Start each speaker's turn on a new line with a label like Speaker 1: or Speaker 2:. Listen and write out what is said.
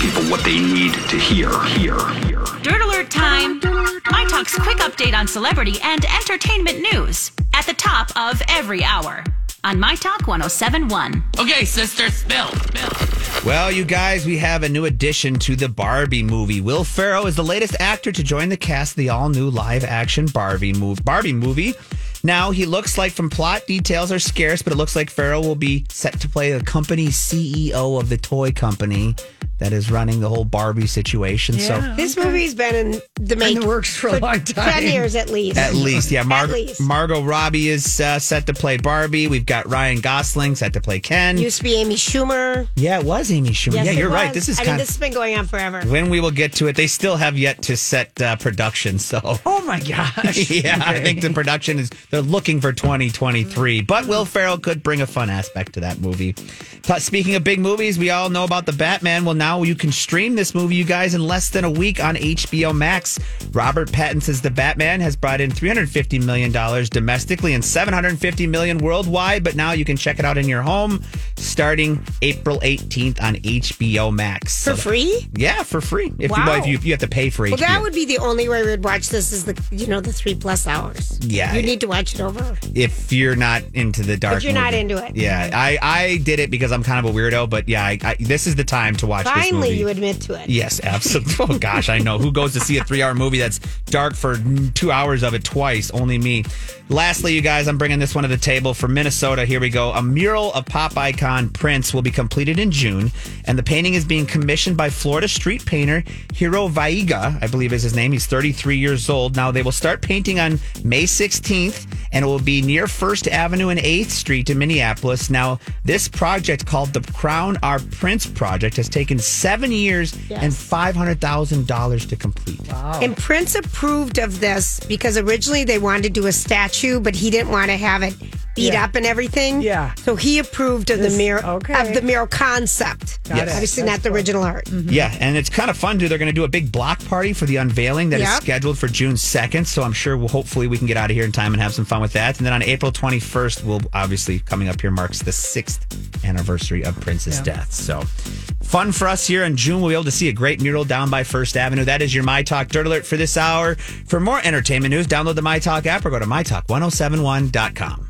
Speaker 1: people what they need to hear. Hear. Hear.
Speaker 2: Dirt Alert time! My Talk's quick update on celebrity and entertainment news at the top of every hour on My Talk 1071.
Speaker 3: Okay, sister, spill. spill.
Speaker 4: Well, you guys, we have a new addition to the Barbie movie. Will Ferrell is the latest actor to join the cast of the all-new live-action Barbie move Barbie movie. Now he looks like from plot details are scarce, but it looks like Ferrell will be set to play the company CEO of the toy company that is running the whole Barbie situation. So
Speaker 5: This movie's been in the making.
Speaker 6: the works for a long time.
Speaker 5: Ten years at least.
Speaker 4: At least, yeah. Mar-
Speaker 5: At least.
Speaker 4: Margot Robbie is uh, set to play Barbie. We've got Ryan Gosling set to play Ken.
Speaker 5: Used to be Amy Schumer.
Speaker 4: yeah, it was Amy Schumer.
Speaker 5: Yes,
Speaker 4: yeah,
Speaker 5: it
Speaker 4: you're right.
Speaker 5: was.
Speaker 4: This is
Speaker 5: I mean,
Speaker 4: kind
Speaker 5: this has been going on forever.
Speaker 4: of when we will get to it. They still have yet to set uh, production, so.
Speaker 6: Oh my gosh.
Speaker 4: Yeah, I
Speaker 6: Okay.
Speaker 4: think the production is they're looking for 2023. But Will Ferrell could bring a fun aspect to that movie. But speaking of big movies, we all know about the Batman. Well, now you can stream this movie, you guys, in less than a week on HBO Max. Robert Pattinson's The Batman has brought in 350 million dollars domestically and 750 million worldwide. But now you can check it out in your home starting April 18th on HBO Max.
Speaker 5: For
Speaker 4: So-
Speaker 5: free?
Speaker 4: Yeah, for free. If you
Speaker 5: Wow.
Speaker 4: buy, if you, you have to pay for
Speaker 5: Well,
Speaker 4: HBO.
Speaker 5: that would be the only way we'd watch this is the you know the three plus hours.
Speaker 4: Yeah.
Speaker 5: you need to watch it over.
Speaker 4: if you're not into the dark.
Speaker 5: If you're not
Speaker 4: movie.
Speaker 5: into it.
Speaker 4: Yeah, I I did it because I'm kind of a weirdo, but yeah, I, I, this is the time to watch. this
Speaker 5: Finally,
Speaker 4: movie.
Speaker 5: you admit to it.
Speaker 4: Yes, absolutely. Oh gosh, I know. Who goes to see a three-hour movie that's dark for two hours of it twice? Only me. Lastly, you guys, I'm bringing this one to the table for Minnesota. Here we go. A mural of pop icon Prince will be completed in June, and the painting is being commissioned by Florida street painter Hiro Vaiga, I believe is his name. He's 33 years old. Now they will start painting on May 16th, and it will be near First Avenue and 8th Street in Minneapolis. Now this project called the Crown Our Prince Project has taken seven years
Speaker 5: Yes.
Speaker 4: and five hundred thousand dollars to complete.
Speaker 5: And Prince approved of this because originally they wanted to do a statue, but he didn't want to have it beat
Speaker 6: Yeah.
Speaker 5: up and everything.
Speaker 6: Yeah.
Speaker 5: So he approved of the mirror
Speaker 6: okay.
Speaker 5: of the mural concept.
Speaker 6: Got it.
Speaker 5: Obviously not
Speaker 6: That's
Speaker 5: the original art.
Speaker 4: Yeah, and it's kind of fun too. They're going to do a big block party for the unveiling that is
Speaker 5: Yep.
Speaker 4: scheduled for June second. So I'm sure we'll, hopefully we can get out of here in time and have some fun with that. And then on April 21st, we'll obviously coming up here marks the sixth anniversary of Prince's death. So fun for us here in June. We'll be able to see a great mural down by First Avenue. That is your My Talk Dirt Alert for this oh hour. For more entertainment news, download the My Talk app or go to mytalk1071.com.